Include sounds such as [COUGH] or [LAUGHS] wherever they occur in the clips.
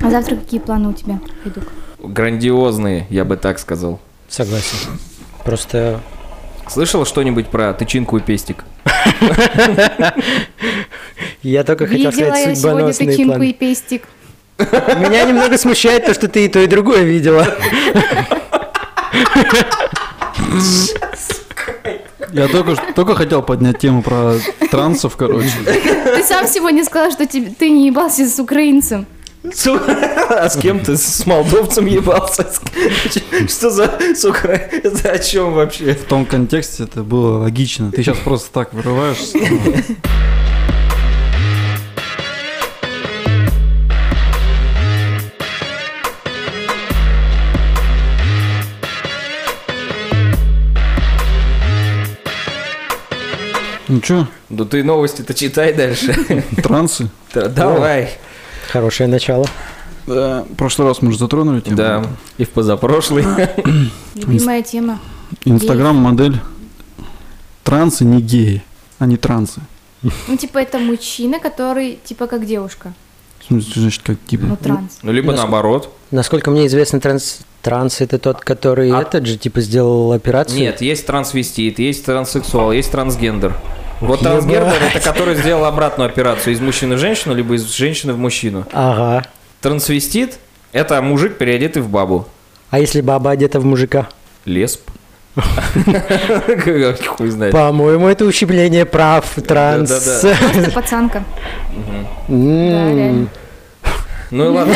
А завтра какие планы у тебя, Федук? Грандиозные, я бы так сказал. Согласен. Просто Слышал что-нибудь про тычинку и пестик? я только хотел Видела я сказать сегодня судьбоносные тычинку и планы. пестик. [LAUGHS] Меня немного смущает то, что ты и то, и другое видела. Я только, ш- только хотел поднять тему про трансов, короче. Ты сам сегодня сказал, что тебе- ты не ебался с украинцем. [LAUGHS] А с кем ты? С молдовцем ебался? Что за, сука, это о чем вообще? В том контексте это было логично. Ты сейчас просто так вырываешься. Ну чё, Да ты новости-то читай дальше. трансы? [LAUGHS] Да, [LAUGHS] Давай. Хорошее начало. Да, в прошлый раз мы же затронули тему. Да, и в позапрошлый. Любимая тема. Инстаграм-модель. Трансы не геи, а не трансы. Ну, типа, это мужчина, который, типа, как девушка. В смысле, значит, как Ну, типа... транс. Ну, либо Насколько- наоборот. Насколько мне известно, транс, транс это тот, который А- этот же, типа, сделал операцию. Нет, есть трансвестит, есть транссексуал, есть трансгендер. Вот Ебать. трансгендер это который сделал обратную операцию из мужчины в женщину, либо из женщины в мужчину. Ага. Трансвестит это мужик, переодетый в бабу. А если баба одета в мужика? Лесп. [LAUGHS] Хуй знает. По-моему, это ущемление прав транс. Да-да-да. Просто пацанка. Да, реально. М. Ну и ладно.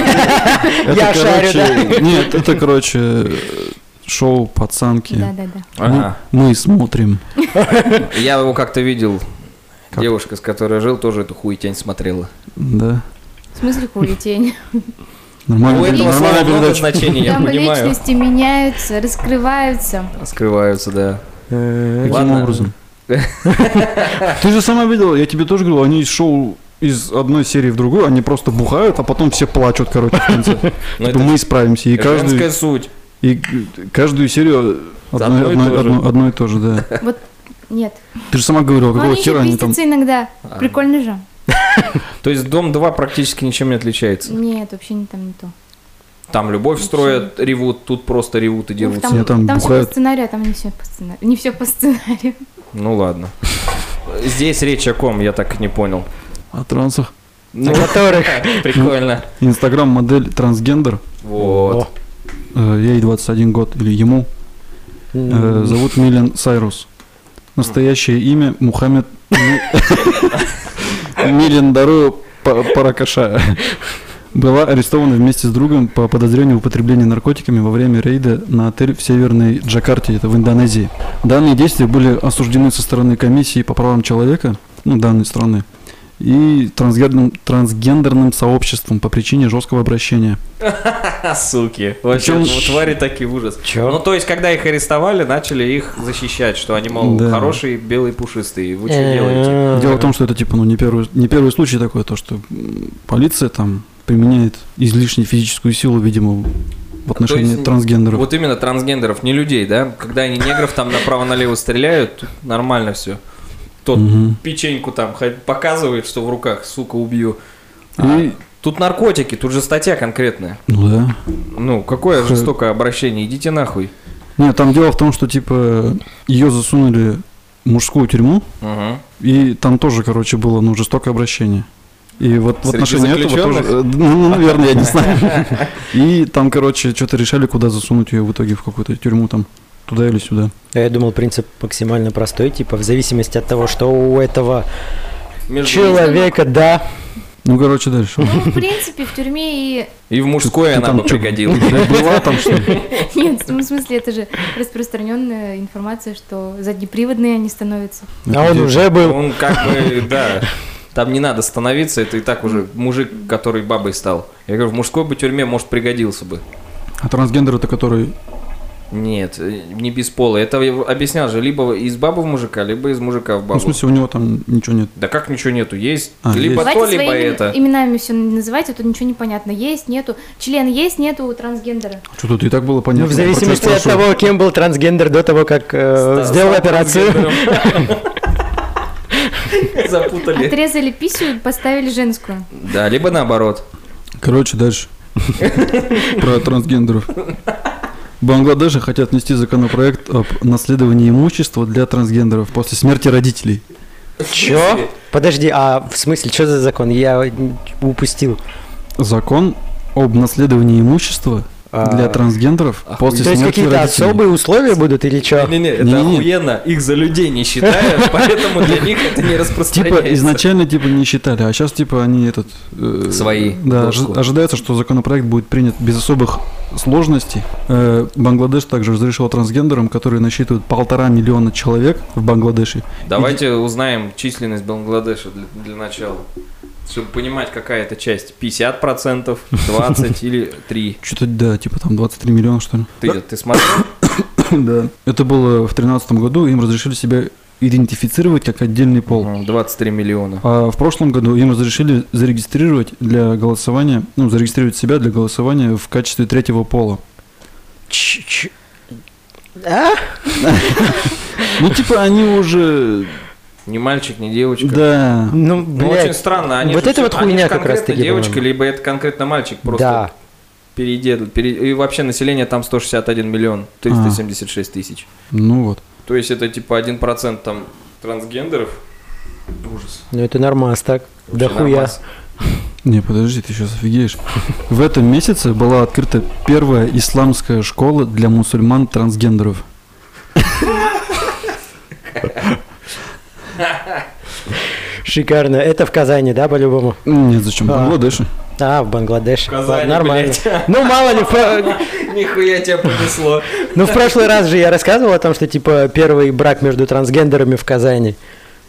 Это, [LAUGHS] Я шарю, короче, Нет, это, короче, э, шоу «Пацанки». Да-да-да. Ага. Мы, мы смотрим. Я его как-то видел. Как? Девушка, с которой жил, тоже эту хуетень смотрела. Да. В смысле хулитень? У Нормально, этого слова нормальная много передача. значения, [LAUGHS] я Там понимаю. личности меняются, раскрываются. Скрываются, да. Э, Каким Ладно. образом? Ты же сама видела, я тебе тоже говорил, они из шоу из одной серии в другую, они просто бухают, а потом все плачут, короче, в конце. Но Типа, Ну, это мы справимся. И женская каждую, суть. и г- каждую серию За одно, одно и одно- то же. одно- одно и то же, да. Вот, нет. Ты же сама говорила, Ну, какого они хера еще они там... пиздятся иногда. А. Прикольно же. То есть Дом 2 практически ничем не отличается. Нет, вообще не там не то. Там любовь строят, ревут, тут просто ревут и дерутся. Ну, там Я там там все бухаю. по сценарию, а там не все по сценарию. Не все по сценарию. Ну ладно. Здесь речь о ком, я так и не понял. О трансах. Ну, которых [LAUGHS] прикольно. Инстаграм-модель трансгендер. Вот. Э, Ей 21 год или ему. Э, М. Зовут Милен Сайрус. Настоящее имя Мухаммед Ми- [LAUGHS] Милен Дару Па- Паракаша. Была арестована вместе с другом по подозрению в употреблении наркотиками во время рейда на отель в Северной Джакарте, это в Индонезии. Данные действия были осуждены со стороны комиссии по правам человека, ну, данной страны, и трансгендерным, трансгендерным сообществом по причине жесткого обращения. Ха, [LAUGHS] Суки. Вообще, Причём- у твари такие ужас. Чё? Ну, то есть, когда их арестовали, начали их защищать, что они, мол, Да. хорошие, белые, пушистые. Вы что Э, делаете? Дело в том, что это типа ну не первый не первый случай такой, то что м, полиция там применяет излишнюю физическую силу, видимо, в отношении А, есть- трансгендеров. Вот именно трансгендеров, не людей, да? Когда они негров там направо-налево стреляют, тут нормально все. Тот Мгм. печеньку там хоть показывает, что в руках, сука, убью. А Ну И- Тут наркотики, тут же статья конкретная. ну да. Ну, какое Хм. жестокое обращение, идите нахуй. Нет, там дело в том, что типа ее засунули в мужскую тюрьму, Мгм. и там тоже, короче, было ну жестокое обращение. И вот в Среди отношении этого тоже, заключенных? э, ну, наверное, я не [LAUGHS] знаю. И там, короче, что-то решали, куда засунуть ее в итоге в какую-то тюрьму там, туда или сюда. э, Я думал, принцип максимально простой, типа, в зависимости от того, что у этого Между- человека, да. Ну, короче, дальше. Ну, в принципе, в тюрьме и... [LAUGHS] И в мужское Ты она там бы чё, пригодилась. Была там что ли? Нет, ну, в смысле, это же распространенная информация, что заднеприводные они становятся. А он Где- уже был. Он как [LAUGHS] бы, да, там не надо становиться, это и так уже мужик, который бабой стал. Я говорю, в мужской бы тюрьме, может, пригодился бы. А трансгендер это который... Ну, Нет, э, не без пола. Это я объяснял же, либо из бабы в мужика, либо из мужика в Ну, в бабу. смысле, у него там ничего нет. Да как ничего нету, есть А, либо Давайте то, либо своими это. именами все называйте, а то ничего не понятно. Есть, нету. Член есть, нету у трансгендера. Что тут и так было понятно. Ну, в зависимости Про тебя от спрашиваю. того, кем был трансгендер до того, как э, Ста- сделал стал [LAUGHS] операцию. трансгендером. Запутали. Отрезали писю и поставили женскую. Да, либо наоборот. [LAUGHS] Короче, дальше. Про трансгендеров. В Бангладеше хотят внести законопроект об наследовании имущества для трансгендеров после смерти родителей. Чё? Подожди, а в смысле, что за закон? Я н- упустил. Закон об наследовании имущества А, для трансгендеров после То есть смерти какие-то родителей. особые условия будут или что? Не-не-не, это Не-не-не. охуенно. Их за людей не считают, поэтому для них это не распространяется. Типа изначально типа не считали, а сейчас типа они этот э, Свои. Да, Доску. ожи- ожидается, что законопроект будет принят без особых сложностей. Э, Бангладеш также разрешил трансгендерам, которые насчитывают полтора миллиона человек в Бангладеше. Давайте узнаем численность Бангладеша для, для начала. Чтобы понимать, какая это часть. 50%, 20% или 3%. Что-то да, типа там 23 миллиона что ли. [COUGHS] Ты, ты [COUGHS] смотрел? да. Это было в тринадцатом году, им разрешили себя идентифицировать как отдельный пол. Мгм, 23 миллиона. А в прошлом году им разрешили зарегистрировать для голосования, ну, зарегистрировать себя для голосования в качестве третьего пола. Ч- ч- А? Ну, типа, они уже... Ни мальчик, ни девочка. Да. Ну, Ну, очень блядь. странно. Они Вот же всё- это вот они же хуйня как конкретно раз-таки, девочка, по-моему. либо это конкретно мальчик просто. Да. переедет. пере- И вообще население там 161 миллион А. 376 тысяч. Ну вот. То есть это типа 1% там трансгендеров. Ужас. Ну это нормас так. Да Вообще хуя. нормас. Не, подожди, ты сейчас офигеешь. В этом месяце была открыта первая исламская школа для мусульман-трансгендеров. Шикарно. Это в Казани, да, по-любому? Нет, зачем? А. Бангладеше. А, в Бангладеше. Казани, Нормально. блядь. [LAUGHS] Ну, мало ли, по- [LAUGHS] Нихуя тебя понесло. ну в прошлый раз же я рассказывал о том, что типа первый брак между трансгендерами в Казани.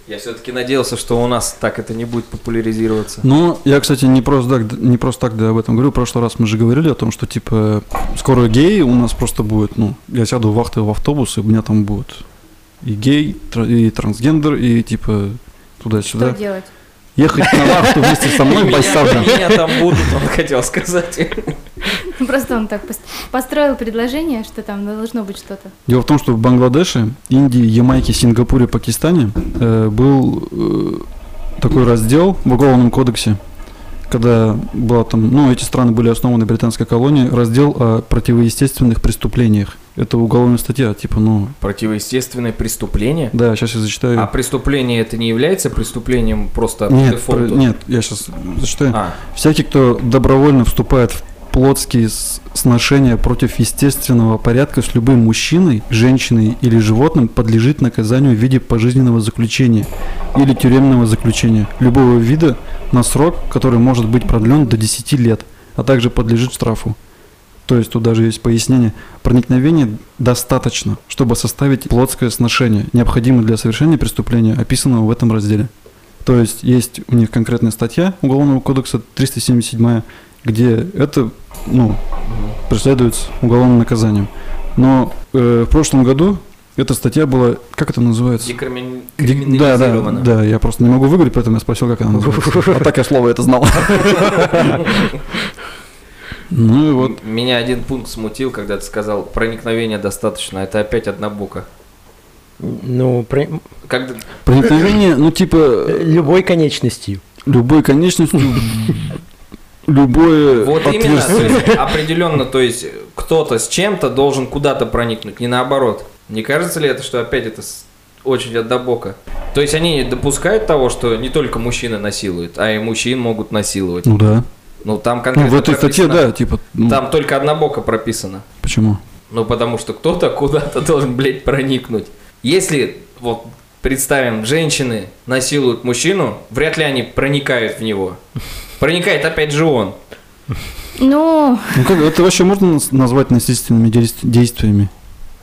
Я все-таки надеялся, что у нас так это не будет популяризироваться. Ну, я, кстати, не просто так, не просто так да, об этом говорю. В прошлый раз мы же говорили о том, что, типа, скоро геи у нас просто будет, ну, я сяду в вахты в автобус, и у меня там будет и гей, тра- и трансгендер, и, типа, Что туда-сюда. делать? [LAUGHS] Ехать на вахту вместе со мной, Меня байсавжем. меня там будут, он хотел сказать. Просто он так пос- построил предложение, что там должно быть что-то. Дело в том, что в Бангладеше, Индии, Ямайке, Сингапуре, Пакистане э, был э, такой раздел в Уголовном кодексе, когда была там, ну, эти страны были основаны британской колонией, раздел о противоестественных преступлениях. Это уголовная статья, типа, ну, Противоестественное преступление? да, сейчас я зачитаю. А преступление это не является преступлением просто по нет, дефолту? про- нет, я сейчас зачитаю. А, Всякий, кто добровольно вступает в плотские с- сношения против естественного порядка с любым мужчиной, женщиной или животным, подлежит наказанию в виде пожизненного заключения или тюремного заключения любого вида на срок, который может быть продлен до 10 лет, а также подлежит штрафу. То есть тут даже есть пояснение. Проникновение достаточно, чтобы составить плотское сношение, необходимое для совершения преступления, описанного в этом разделе. То есть есть у них конкретная статья Уголовного кодекса 377, где это ну, преследуется уголовным наказанием. Но э, в прошлом году эта статья была, как это называется? декримин- Дек- Да, да, криминализировано. да, я просто не могу выговорить, поэтому я спросил, как [LAUGHS] она называется. А так я слово это знал. Ну и вот. М- Меня один пункт смутил, когда ты сказал проникновение достаточно. Это опять однобоко. Ну, при- э, Когда... Проникновение, ну типа, любой конечностью. любой конечностью, любое Вот именно, то отверстие. есть, [LAUGHS] определенно, то есть кто-то с чем-то должен куда-то проникнуть, не наоборот. Не кажется ли это, что опять это с- очень однобоко? То есть они допускают того, что не только мужчины насилуют, а и мужчин могут насиловать. Ну да. Ну там Ну, конкретно в этой статье, прописано- да, типа. ну, Там только однобоко прописано. Почему? Ну, потому что кто-то куда-то [LAUGHS] должен, блядь, проникнуть. Если, вот, представим, женщины насилуют мужчину, вряд ли они проникают в него. Проникает опять же он. Ну, Ну как, это вообще можно нас- назвать насильственными действ- действиями?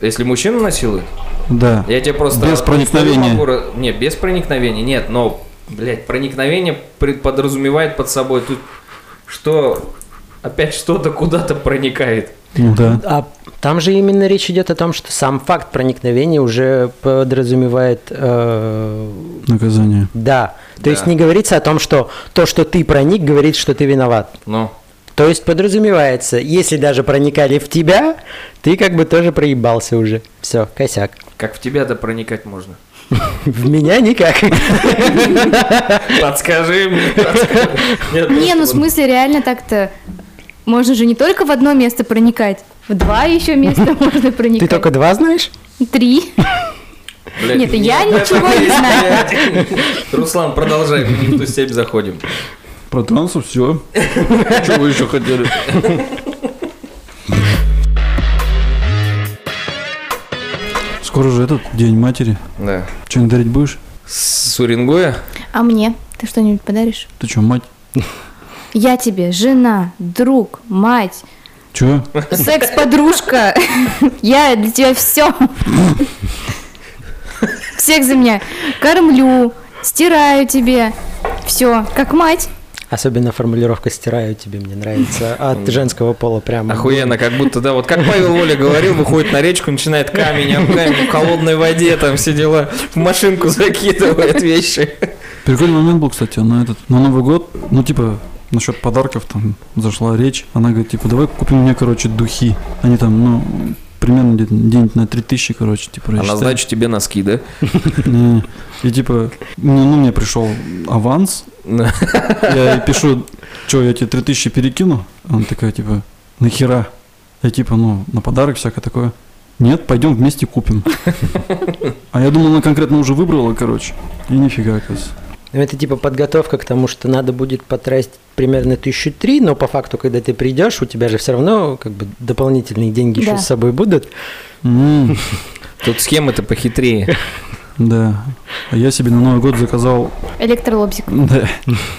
Если мужчину насилует, Да. я тебе просто... Без проникновения. могу ра- Не, без проникновения, нет, но, блядь, проникновение пред- подразумевает под собой тут, что опять что-то куда-то проникает. Ну да. А там же именно речь идет о том, что сам факт проникновения уже подразумевает э, Наказание. да. То Да. есть не говорится о том, что то, что ты проник, говорит, что ты виноват. Ну, То есть подразумевается, если даже проникали в тебя, ты как бы тоже проебался уже. Все, косяк. как в тебя-то проникать можно? В меня никак. Подскажи мне. Не, ну в смысле, реально так-то можно же не только в одно место проникать, в два еще места [LAUGHS] можно проникать. Ты только два знаешь? Три. Нет, я ничего не знаю. Руслан, продолжай, мы не в ту степь заходим. Про [LAUGHS] трансу все. Чего А вы еще хотели? Скоро же этот день матери. Да. Что-нибудь дарить будешь? С Уренгоя? А мне? Ты что-нибудь подаришь? Ты что, мать? Я тебе жена, друг, мать, Че? секс-подружка. Я для тебя все. Всех за меня кормлю, стираю тебе. Все, как мать. Особенно формулировка «стираю тебе» мне нравится. От женского пола прямо. Охуенно, как будто, да, вот как Павел Воля говорил, выходит на речку, начинает камень об камень, в холодной воде там все дела, в машинку закидывает вещи. Прикольный момент был, кстати, на этот, на Новый год, ну, типа, насчет подарков там зашла речь. Она говорит, типа, давай купим мне, короче, духи. Они там, ну, примерно где-то денег на 3000, короче, типа, Она, [LAUGHS] рассчитали. значит, А тебе носки, да? Не. И типа, ну, ну, мне пришел аванс, я ей пишу, что, я тебе 3000 перекину? Она такая, типа, нахера? Я типа, ну, на подарок всякое такое. Нет, пойдем вместе купим. А я думал, она конкретно уже выбрала, короче. И нифига, оказывается. Ну, это типа подготовка к тому, что надо будет потратить примерно тысячу три, но по факту, когда ты придешь, у тебя же все равно как бы дополнительные деньги еще Да. с собой будут. М, Тут схемы-то похитрее. Да. А я себе на Новый год заказал [LAUGHS] Электролобзик. да,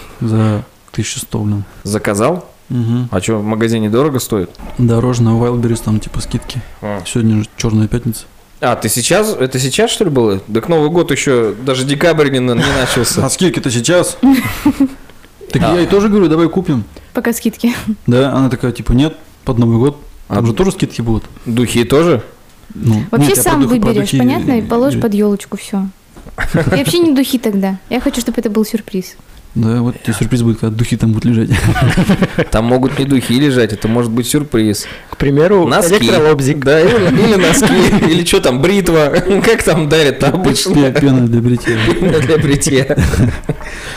[LAUGHS] за 1100, блин. Заказал? Мгм. А что, в магазине дорого стоит? Дорожная Wildberries, там типа скидки. Сегодня же Черная Пятница. А, ты сейчас? Это сейчас, что ли, было? Так Новый год еще даже декабрь не, на- не начался. А скидки-то сейчас? [LAUGHS] А. Так я ей тоже говорю, давай купим. Пока скидки. Да, она такая, типа, нет, под Новый год. А Там же тоже скидки будут. Духи тоже? Ну, Вообще нет, я сам про духи- про выберешь, духи- понятно? И положишь под елочку все. И вообще не духи тогда. Я хочу, чтобы это был сюрприз. Да, вот тебе сюрприз будет, когда духи там будут [LAUGHS] лежать. Там могут не духи лежать, это может быть сюрприз. К примеру, Носки. электролобзик. Да, или, или носки, или что там, бритва. Как там дарят обычно Пе- Пена для бритья. для бритья?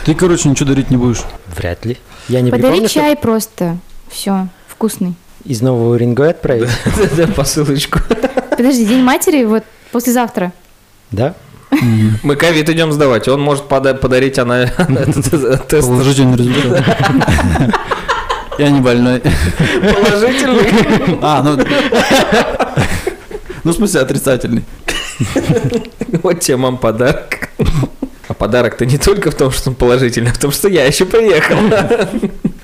Ты, короче, ничего дарить не будешь. Вряд ли. Я не Подари припомню, что чай просто. Все, вкусный. из нового Уренгоя отправить. Да, посылочку. Подожди, День матери вот послезавтра. Да? Мгм. Мы ковид идем сдавать, он может пода- подарить она [LAUGHS] этот тест Положительный результат. [LAUGHS] Я не больной. положительный. [LAUGHS] А, ну... Ну, в смысле, отрицательный. Вот тебе, мам, подарок. А подарок-то не только в том, что он положительный, а в том, что я еще приехал.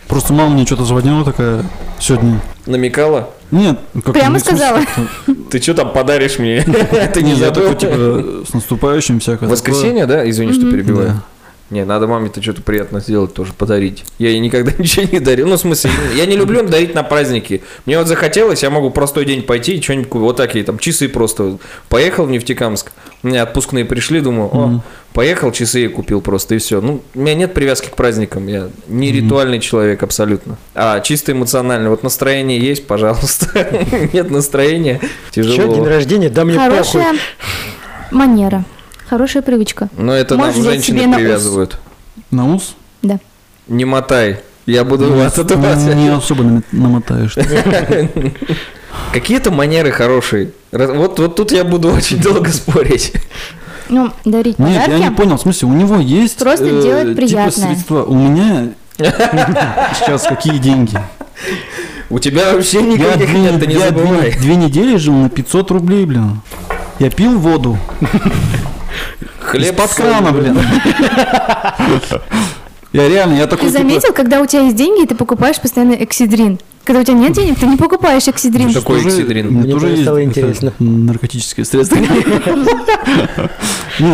Просто мама мне что-то звонила такая сегодня. Намекала? Нет, ну, как Прямо ну, в смысле, сказала. как-то- Ты что там подаришь [LAUGHS] мне? Ты не Не, я забыл? такой, типа, с наступающим всякое. такое. Воскресенье, да? Извини, что Мгм. перебиваю. Да. Не, надо маме-то что-то приятно сделать тоже, подарить. Я ей никогда [LAUGHS] ничего не дарил. Ну, в смысле, я не люблю дарить на праздники. Мне вот захотелось, я могу простой день пойти и что-нибудь купить. Вот такие там часы просто. Поехал в Нефтекамск, у меня отпускные пришли, думаю, о, Мгм. поехал, часы я купил просто, и все. Ну, у меня нет привязки к праздникам, я не ритуальный человек абсолютно. А чисто эмоционально. Вот настроение есть, пожалуйста. [LAUGHS] Нет настроения, Еще день тяжело. рождения, да мне похуй. Хорошая манера. Хорошая привычка. Но это нам Можешь взять себе женщины на ус. привязывают. На ус? Да. Не мотай. Я буду Ну, вас отдувать. Не особо нам- [LAUGHS] намотаешь. Какие-то манеры хорошие. Раз- Вот, вот тут я буду [LAUGHS] очень долго спорить. Ну, дарить Нет, подарки. я не понял, в смысле, у него есть Просто делать типа, приятное. средства. [LAUGHS] У меня сейчас какие деньги? У тебя вообще Я, никаких две, нет, ты не я две- забывай. две недели жил на 500 рублей, блин. Я пил воду. Хлеб из-под с крана, солью. блин. Я реально, я такой... Ты типа, заметил, когда у тебя есть деньги, ты покупаешь постоянно эксидрин. Когда у тебя нет денег, ты не покупаешь эксидрин. Что? Такой тоже- эксидрин. у меня Мне тоже тоже есть стало это, интересно. Наркотическое средство. Нет,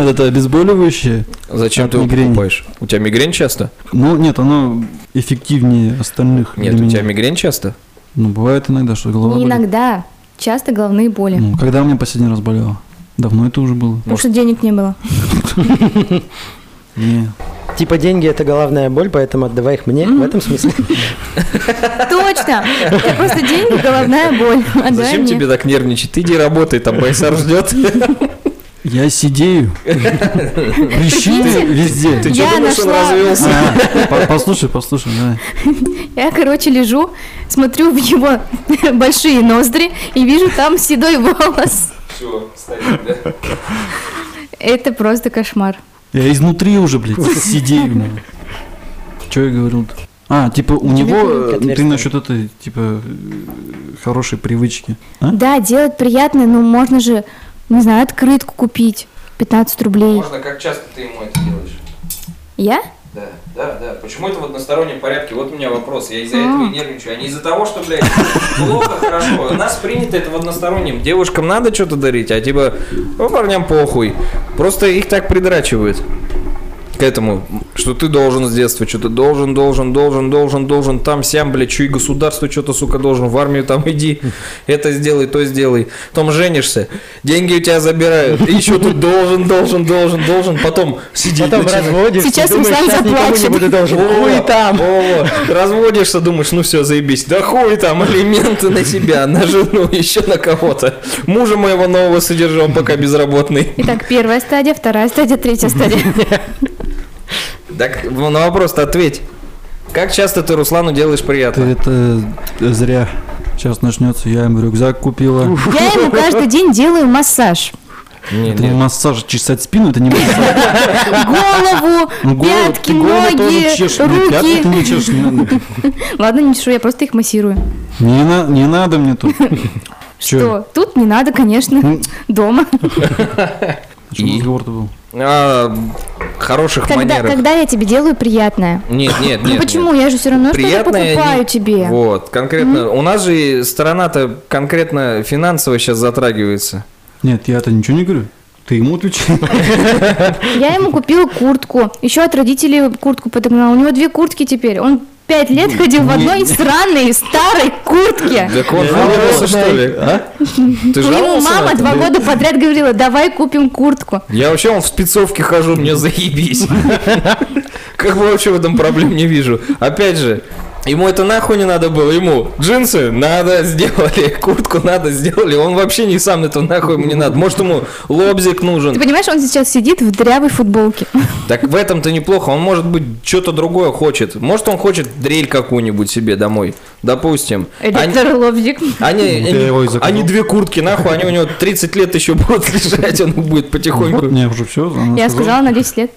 это обезболивающее. Зачем От ты его мигрени. покупаешь? У тебя мигрень часто? Ну, нет, оно эффективнее остальных Нет, для у меня. тебя мигрень часто? Ну, бывает иногда, что голова Не болит. иногда. Часто головные боли. Ну, когда у меня последний раз болело? Давно это уже было? Потому что денег не было. Не. Типа деньги это головная боль, поэтому отдавай их мне в этом смысле. Точно! Это просто деньги, головная боль. Отдай Зачем мне. [LAUGHS] тебе так нервничать? Ты иди работай, там Байсар ждет. Я сидею. Прыщи Прикиньте. везде. Ты Я что думаешь, он нашла- развелся? А, по- Послушай, послушай, давай. Я, короче, лежу, смотрю в его [LAUGHS] большие ноздри и вижу там седой волос. Все, стоит, да? Это просто кошмар. Я изнутри уже, блядь, сидею. нахуй. Чё я говорил-то? А, типа у тебя него, маленькое э, ты отверстие. насчет этой, типа, э, хорошей привычки. А? Да, делать приятное, но можно же, не знаю, открытку купить. 15 рублей. Можно, как часто ты ему это делаешь? Я? Да, да, да. Почему это в одностороннем порядке? Вот у меня вопрос. Я из-за А. этого и нервничаю. А не из-за того, что, блядь, плохо, хорошо. У нас принято это в одностороннем. Девушкам надо что-то дарить, а типа, «О, парням похуй. Просто их так придрачивают к этому, что ты должен с детства что-то должен, должен, должен, должен, должен, там, сям, блядь, чуй государство что-то, сука, должен, в армию там иди, это сделай, то сделай, потом женишься, деньги у тебя забирают, и еще тут должен, должен, должен, должен, потом сидеть Потом начинаешь. разводишься, Сейчас думаешь, Руслан сейчас никому не заплачет. буду должен. Во, Ой, там. во, Разводишься, думаешь, ну все, заебись. Да хуй там, алименты на себя, на жену, еще на кого-то. Мужа моего нового содержу, он пока безработный. Итак, первая стадия, вторая стадия, третья стадия. Так, ну, на вопрос-то ответь. Как часто ты Руслану делаешь Ты приятно? это э, зря. Сейчас начнется, я ему рюкзак купила. Я ему каждый день делаю массаж. Не, Это не массаж, чесать спину, это не массаж. Голову, Ну, голову- пятки, ты голову тоже ноги, чешешь. Нет, пятки ты руки. не чешешь, не надо. Ладно, не чешу, я просто их массирую. Не на- не надо [LAUGHS] мне тут. Чё? Что? Тут не надо, конечно, Ну. дома. Почему И? разговор-то был? А, хороших Когда, манерах. когда я тебе делаю приятное? Нет, нет, Ну нет. почему? нет. Я же все равно что-то Приятное покупаю не- тебе. Вот, конкретно. У нас же и сторона-то конкретно финансово сейчас затрагивается. Нет, я-то ничего не говорю. Ты [LAUGHS] ему отвечай. Я ему купила куртку. Еще от родителей куртку подогнала. У него две куртки теперь. Он пять лет ходил в одной сранной старой куртке. Так он Я жаловался, не знаю. что ли? А? Ты Ему жаловался на мама это? два года подряд говорила, давай купим куртку. Я вообще вон в спецовке хожу, мне заебись. Как бы вообще в этом проблем не вижу. Опять же, ему это нахуй не надо было, ему джинсы надо сделали, [LAUGHS] куртку надо сделали, он вообще не сам это нахуй ему не надо. Может ему лобзик Ты нужен. понимаешь, он сейчас сидит в дырявой футболке. Так в этом-то неплохо, он может быть что-то другое хочет. Может он хочет дрель какую-нибудь себе домой, допустим. Они- Электролобзик. Они, Я они- его и закрыл. они две куртки, нахуй, они у него 30 лет еще будут [LAUGHS] лежать, он будет Вот, потихоньку. мне уже все. Ну, Я сказала на 10 лет.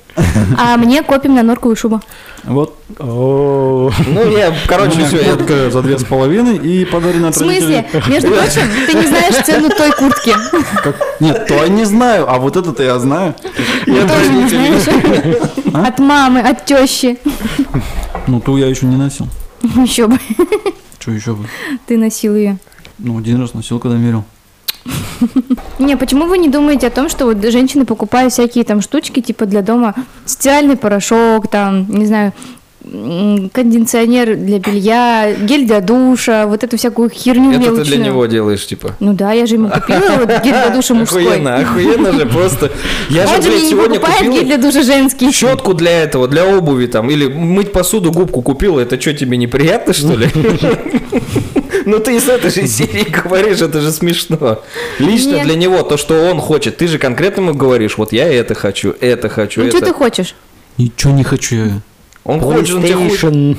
А мне копим на норковую шубу. Вот. О, Ну, я, короче, все, я Фотка за две с половиной и подарена В смысле? Между прочим, ты не знаешь цену той куртки. Нет, то я не знаю, а вот это-то я знаю. Ты тоже не знаешь. А? От мамы, от тещи. Ну, ту я еще не носил. Еще бы. Че еще бы? Ты носил ее. Ну, один раз носил, когда мерил. Не, почему вы не думаете о том, что вот женщины покупают всякие там штучки, типа для дома, стиральный порошок, там, не знаю, м, кондиционер для белья, гель для душа, вот эту всякую херню Это ты мелочную. для него делаешь, типа. Ну да, я же ему купила вот гель для душа мужской. [LAUGHS] Охуенно, охуенно же просто. Я же, Он же мне блядь, Ну, не сегодня покупает гель купил для душа женский. щетку для этого, для обуви там, или мыть посуду губку купил, это что, тебе неприятно, что [LAUGHS] ли? Ну ты из этой же серии говоришь, это же смешно. Лично Нет. для него то, что он хочет, ты же конкретно ему говоришь, вот я это хочу, это хочу, Ну что ты это. хочешь? Ничего не хочу я. Он хочет, он тебе хочет. PlayStation.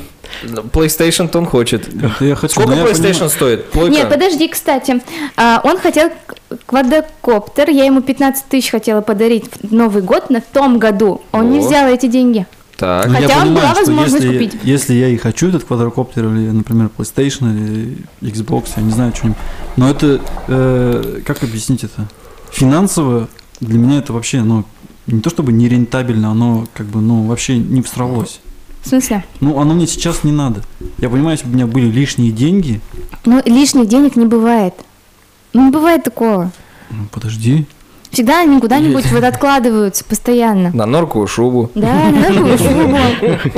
PlayStation то он хочет. Это я хочу. Сколько но я PlayStation стоит? Плойка? Ну, Нет, подожди, кстати, а, он хотел к- квадрокоптер, я ему 15 тысяч хотела подарить в Новый год, но в том году он не О. взял эти деньги. Так. понимаю, Хотя я была понимаю, что возможность если, купить. Если я и хочу этот квадрокоптер, или, например, PlayStation, или Xbox, я не знаю, что-нибудь. Но это, э, как объяснить это? Финансово для меня это вообще, ну, не то чтобы нерентабельно, оно как бы, ну, вообще не всралось. В смысле? Ну, оно мне сейчас не надо. Я понимаю, если бы у меня были лишние деньги. Ну, лишних денег не бывает. Ну, не бывает такого. Ну, подожди. Всегда они куда-нибудь вот откладываются постоянно. На норковую шубу. Да, на новую шубу.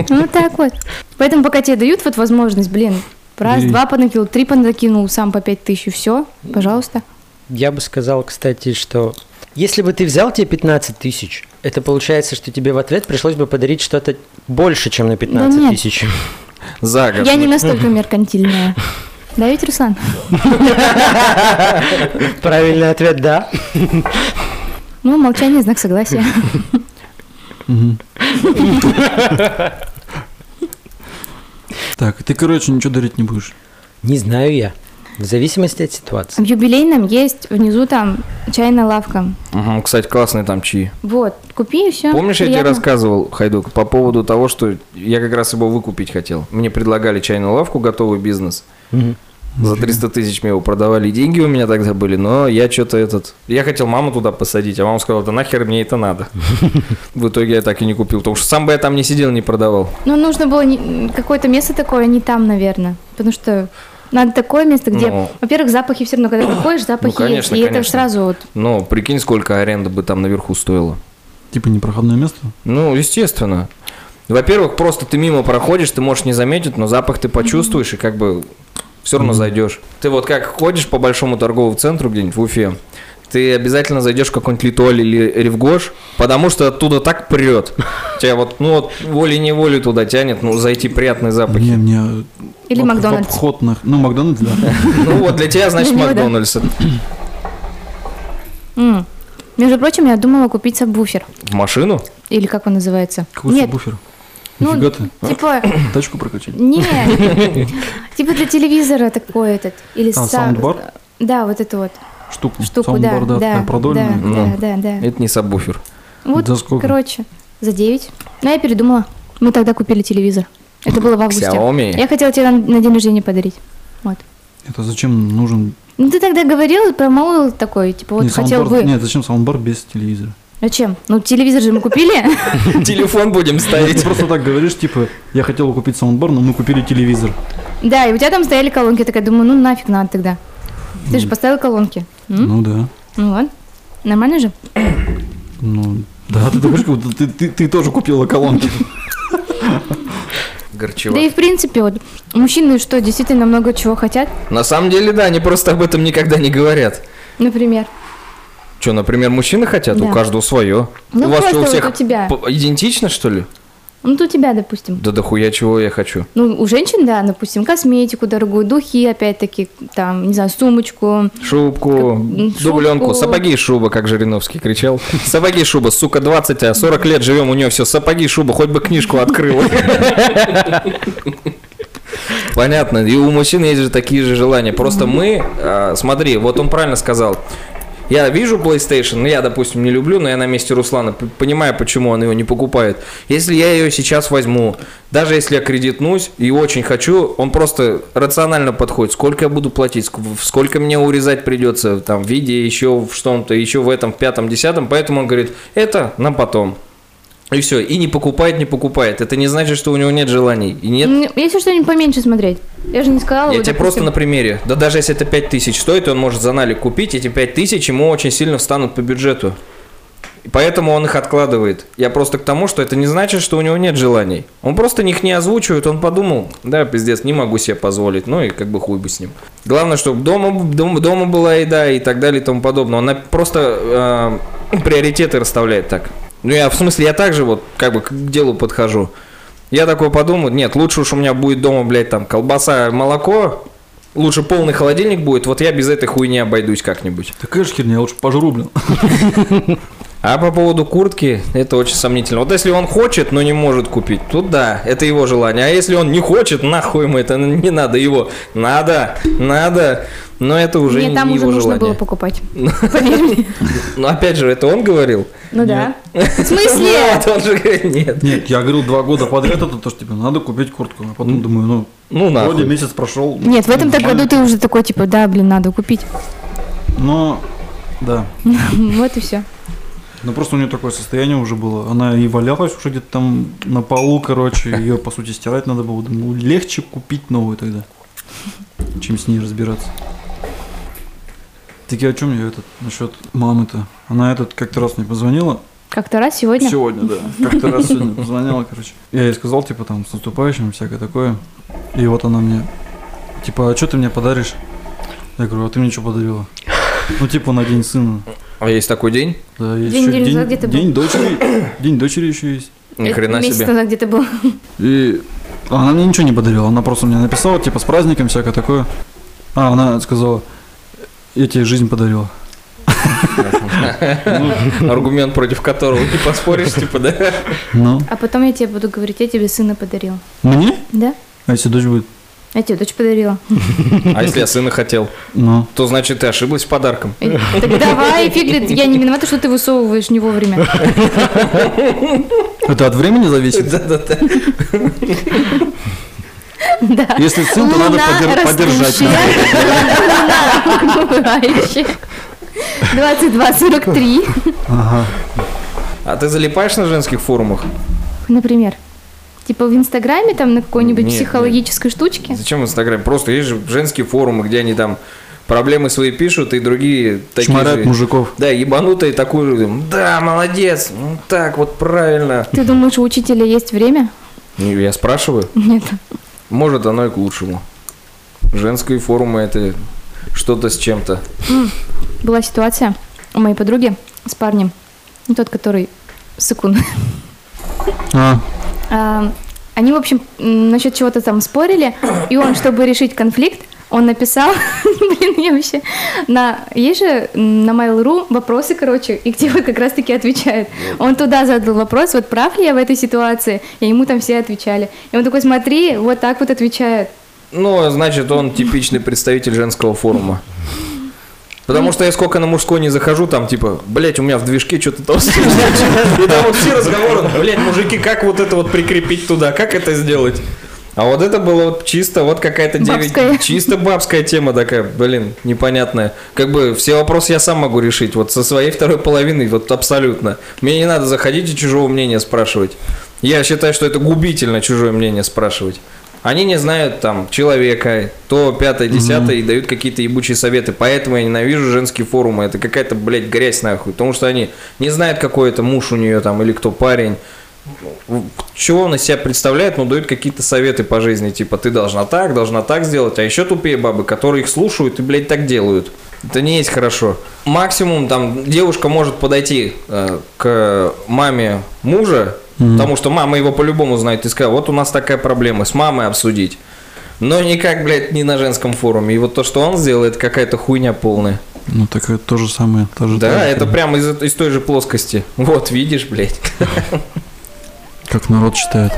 Ну, так вот. Поэтому пока тебе дают вот возможность, блин, раз, Бери. два понакинул, три понакинул, сам по пять тысяч, и все, пожалуйста. Я бы сказал, кстати, что если бы ты взял тебе 15 тысяч, это получается, что тебе в ответ пришлось бы подарить что-то больше, чем на 15 нет. тысяч. [LAUGHS] За год. Я не настолько [LAUGHS] меркантильная. Да ведь, Руслан? Правильный ответ – да. Ну, молчание – знак [LAUGHS] согласия. Мгм. Так, ты, короче, ничего дарить не будешь. Не знаю я. В зависимости от ситуации. В юбилейном есть внизу там чайная лавка. Мгм, кстати, классные там чаи. Вот, купи и все. Помнишь, я тебе рассказывал, Хайдук, по поводу того, что я как раз его выкупить хотел. Мне предлагали чайную лавку, готовый бизнес. Мгм. За 300 тысяч мне его продавали, и деньги у меня тогда были, но я что-то этот... Я хотел маму туда посадить, а мама сказала, да нахер мне это надо. В итоге я так и не купил, потому что сам бы я там не сидел, не продавал. Ну, нужно было не- какое-то место такое, не там, наверное. Потому что надо такое место, где, Ну. во-первых, запахи все равно, когда приходишь, запахи конечно, есть. И это конечно. сразу вот. Но прикинь, сколько аренда бы там наверху стоила. Типа непроходное место? Ну, естественно. Во-первых, просто ты мимо проходишь, ты можешь не заметить, но запах ты почувствуешь и как бы все равно зайдешь. Ты вот как ходишь по большому торговому центру где-нибудь в Уфе, ты обязательно зайдешь в какой-нибудь Литоль или Ревгош, потому что оттуда так прет. Тебя вот, ну вот, волей-неволей туда тянет, ну, зайти приятные Не, запахи. мне... Или в- в Макдональдс. обход на- Ну, Макдональдс, да. Ну вот, для тебя, значит, Для него, да. Макдональдс. М. Между прочим, я думала купить сабвуфер. В машину? Или как он называется? Какой Нет, сабвуфер? ну, Нифига ты. типа, [COUGHS] Тачку прокачать. нет. Типа для телевизора такой этот. Или А, са- саундбар? Да, вот это вот Штуку. штуку, да. Саундбар, да, Да, такая продольная. Ну. да, да, да. Это не сабвуфер. Вот, За сколько? короче, за 9. Но я передумала. Мы тогда купили телевизор. Это было в августе. Xiaomi. Я хотела тебе на, на день рождения подарить. Вот. Это зачем нужен... Ну, ты тогда говорил, промолвил такой, типа, вот Не, хотел саундбар- бы. Нет, зачем саундбар без телевизора? Зачем? Ну, телевизор же мы купили. [LAUGHS] Телефон будем Ты ставить. просто так говоришь, типа, я хотел купить саундбар, но мы купили телевизор. Да, и у тебя там стояли колонки. Я такая думаю, ну нафиг надо тогда. Ты же поставил колонки. М? Ну да. Ну ладно. Нормально же? Ну, да, ты думаешь, как будто ты, ты- ты тоже [LAUGHS] купила колонки. Горчево. Да и в принципе, вот мужчины что, действительно много чего хотят, На самом деле, да, они просто об этом никогда не говорят. например. Что, например, мужчины хотят? Да. У каждого свое. Ну, у вас просто что, у вот всех у тебя. п- идентично, что ли? Ну, вот у тебя, допустим. Да дохуя чего я хочу. Ну, у женщин, да, допустим, косметику дорогую, духи, опять-таки, там, не знаю, сумочку. Шубку, Как- м, дубленку, шубку. сапоги и шуба, как Жириновский кричал. Сапоги и шуба, сука, 20, а 40 лет живем, у нее все сапоги и шуба, хоть бы книжку открыла. Понятно, и у мужчин есть же такие же желания. Просто мы, а, смотри, вот он правильно сказал. Я вижу PlayStation, но я, допустим, не люблю, но я на месте Руслана п- понимаю, почему он его не покупает. Если я ее сейчас возьму, даже если я кредитнусь и очень хочу, он просто рационально подходит. Сколько я буду платить, ск- в сколько мне урезать придется там, в виде, еще в что-то, еще в этом, в пятом, десятом. Поэтому он говорит, это на потом. И все, и не покупает, не покупает. Это не значит, что у него нет желаний. И нет Ну, Если что-нибудь поменьше смотреть. Я же не сказала. я вот, тебе просто допустим, на примере. Да даже если это 5000 стоит, он может за налик купить, эти 5000 ему очень сильно встанут по бюджету. И Поэтому он их откладывает. Я просто к тому, что это не значит, что у него нет желаний. Он просто них не озвучивает, он подумал, да, пиздец, не могу себе позволить, ну и как бы хуй бы с ним. Главное, чтобы дома, дом- дома была еда и так далее и тому подобное. Он на- просто э, приоритеты расставляет так. Ну я, в смысле, я также вот как бы к делу подхожу. Я такой подумал, нет, лучше уж у меня будет дома, блядь, там колбаса, молоко, лучше полный холодильник будет, вот я без этой хуйни обойдусь как-нибудь. Такая же херня, я лучше пожру, блин. А по поводу куртки, это очень сомнительно. Вот если он хочет, но не может купить, то да, это его желание. А если он не хочет, нахуй ему это не надо его. Надо, надо, но это уже Мне не там уже его нужно желание. было [LAUGHS] покупать. Поверь мне. Но опять же, это он говорил? Ну да. В [LAUGHS] смысле? Нет, он же говорит, нет. Нет, я говорил два года подряд это то, что типа надо купить куртку. А потом думаю, ну, Ну вроде нахуй. месяц прошел. Нет, в этом то нормально. году ты уже такой, типа, да, блин, надо купить. [CLEARS THROAT] Но, да. Вот и все. Ну просто у нее такое состояние уже было. Она и валялась уже где-то там на полу, короче. Ее, по сути, стирать надо было. Думаю, ну, легче купить новую тогда, чем с ней разбираться. Так я о чем я этот насчет мамы-то? Она этот как-то раз мне позвонила, Как-то раз сегодня. Сегодня, [LAUGHS] да. Как-то раз сегодня позвонила, короче. Я ей сказал, типа, там, с наступающим, всякое такое. И вот она мне, типа, а что ты мне подаришь? Я говорю, а ты мне [LAUGHS] что подарила? Ну, типа, на день сына. А есть такой день? Да, есть День ещё недели назад где-то был. день дочери, день дочери еще есть. Ни Это хрена э, Месяц себе. назад где-то был. [LAUGHS] И она мне ничего не подарила, она просто мне написала, типа, с праздником, всякое такое. А, она сказала, я тебе жизнь подарила. Аргумент, против которого не поспоришь, типа, да? Ну, А потом я тебе буду говорить, я тебе сына подарил. мне? Да? А если дочь будет? Я тебе дочь подарила. [LAUGHS] А если я сына хотел, Ну. то значит ты ошиблась подарком. [LAUGHS] Э, Так давай, фиглит, я не виновата, что ты высовываешь не вовремя. Это от времени зависит? Да-да-да. [LAUGHS] Да. Если сын, то надо Луна подер- поддержать. растущая. надо. [LAUGHS] Луна убывающая. 22.43, Ага. А ты залипаешь на женских форумах? например. Типа в Инстаграме там на какой-нибудь Нет, нет. психологической штучке. Зачем в Инстаграме? Просто есть же женские форумы, где они там проблемы свои пишут, и другие такие Шмарят же- мужиков. Да, ебанутые такую, м, да, молодец, м, так вот правильно. Ты думаешь, у учителя есть время? И Я спрашиваю, Нет. может оно и к лучшему. Женские форумы это что-то с чем-то. Была ситуация у моей подруги с парнем. Ну, Тот, который сыкун. А, А, Они, в общем, м, насчет чего-то там спорили, и он, чтобы решить конфликт, он написал, [LAUGHS] блин, я вообще, на, есть же м, на Mail.ru вопросы, короче, и где вот как раз-таки отвечают. Он туда задал вопрос, вот прав ли я в этой ситуации, и ему там все отвечали. И он такой, смотри, вот так вот отвечают. Ну, значит, он типичный представитель женского форума. Потому что я сколько на мужской не захожу, там типа, блять, у меня в движке что-то там. И там вот все разговоры, блять, мужики, как вот это вот прикрепить туда, как это сделать? А вот это было вот чисто вот какая-то девять- Бабская. чисто бабская тема такая, блин, непонятная. Как бы все вопросы я сам могу решить, вот со своей второй половиной, вот абсолютно. Мне не надо заходить и чужого мнения спрашивать. Я считаю, что это губительно чужое мнение спрашивать. Они не знают там человека, то пятое, десятое, и дают какие-то ебучие советы. Поэтому я ненавижу женские форумы. Это какая-то, блядь, грязь нахуй. Потому что они не знают, какой это муж у нее там или кто парень чего он из себя представляет, но дают какие-то советы по жизни, типа ты должна так, должна так сделать, а еще тупее бабы, которые их слушают и, блядь, так делают. Это не есть хорошо. Максимум там девушка может подойти э, к маме мужа, потому что мама его по-любому знает, и сказать, вот у нас такая проблема, с мамой обсудить. Но никак, блядь, не на женском форуме. И вот то, что он сделал, это какая-то хуйня полная. ну так это то же самое. та же- та Да, же это фигня. прямо из, из той же плоскости. Вот, видишь, блядь. Как народ считает.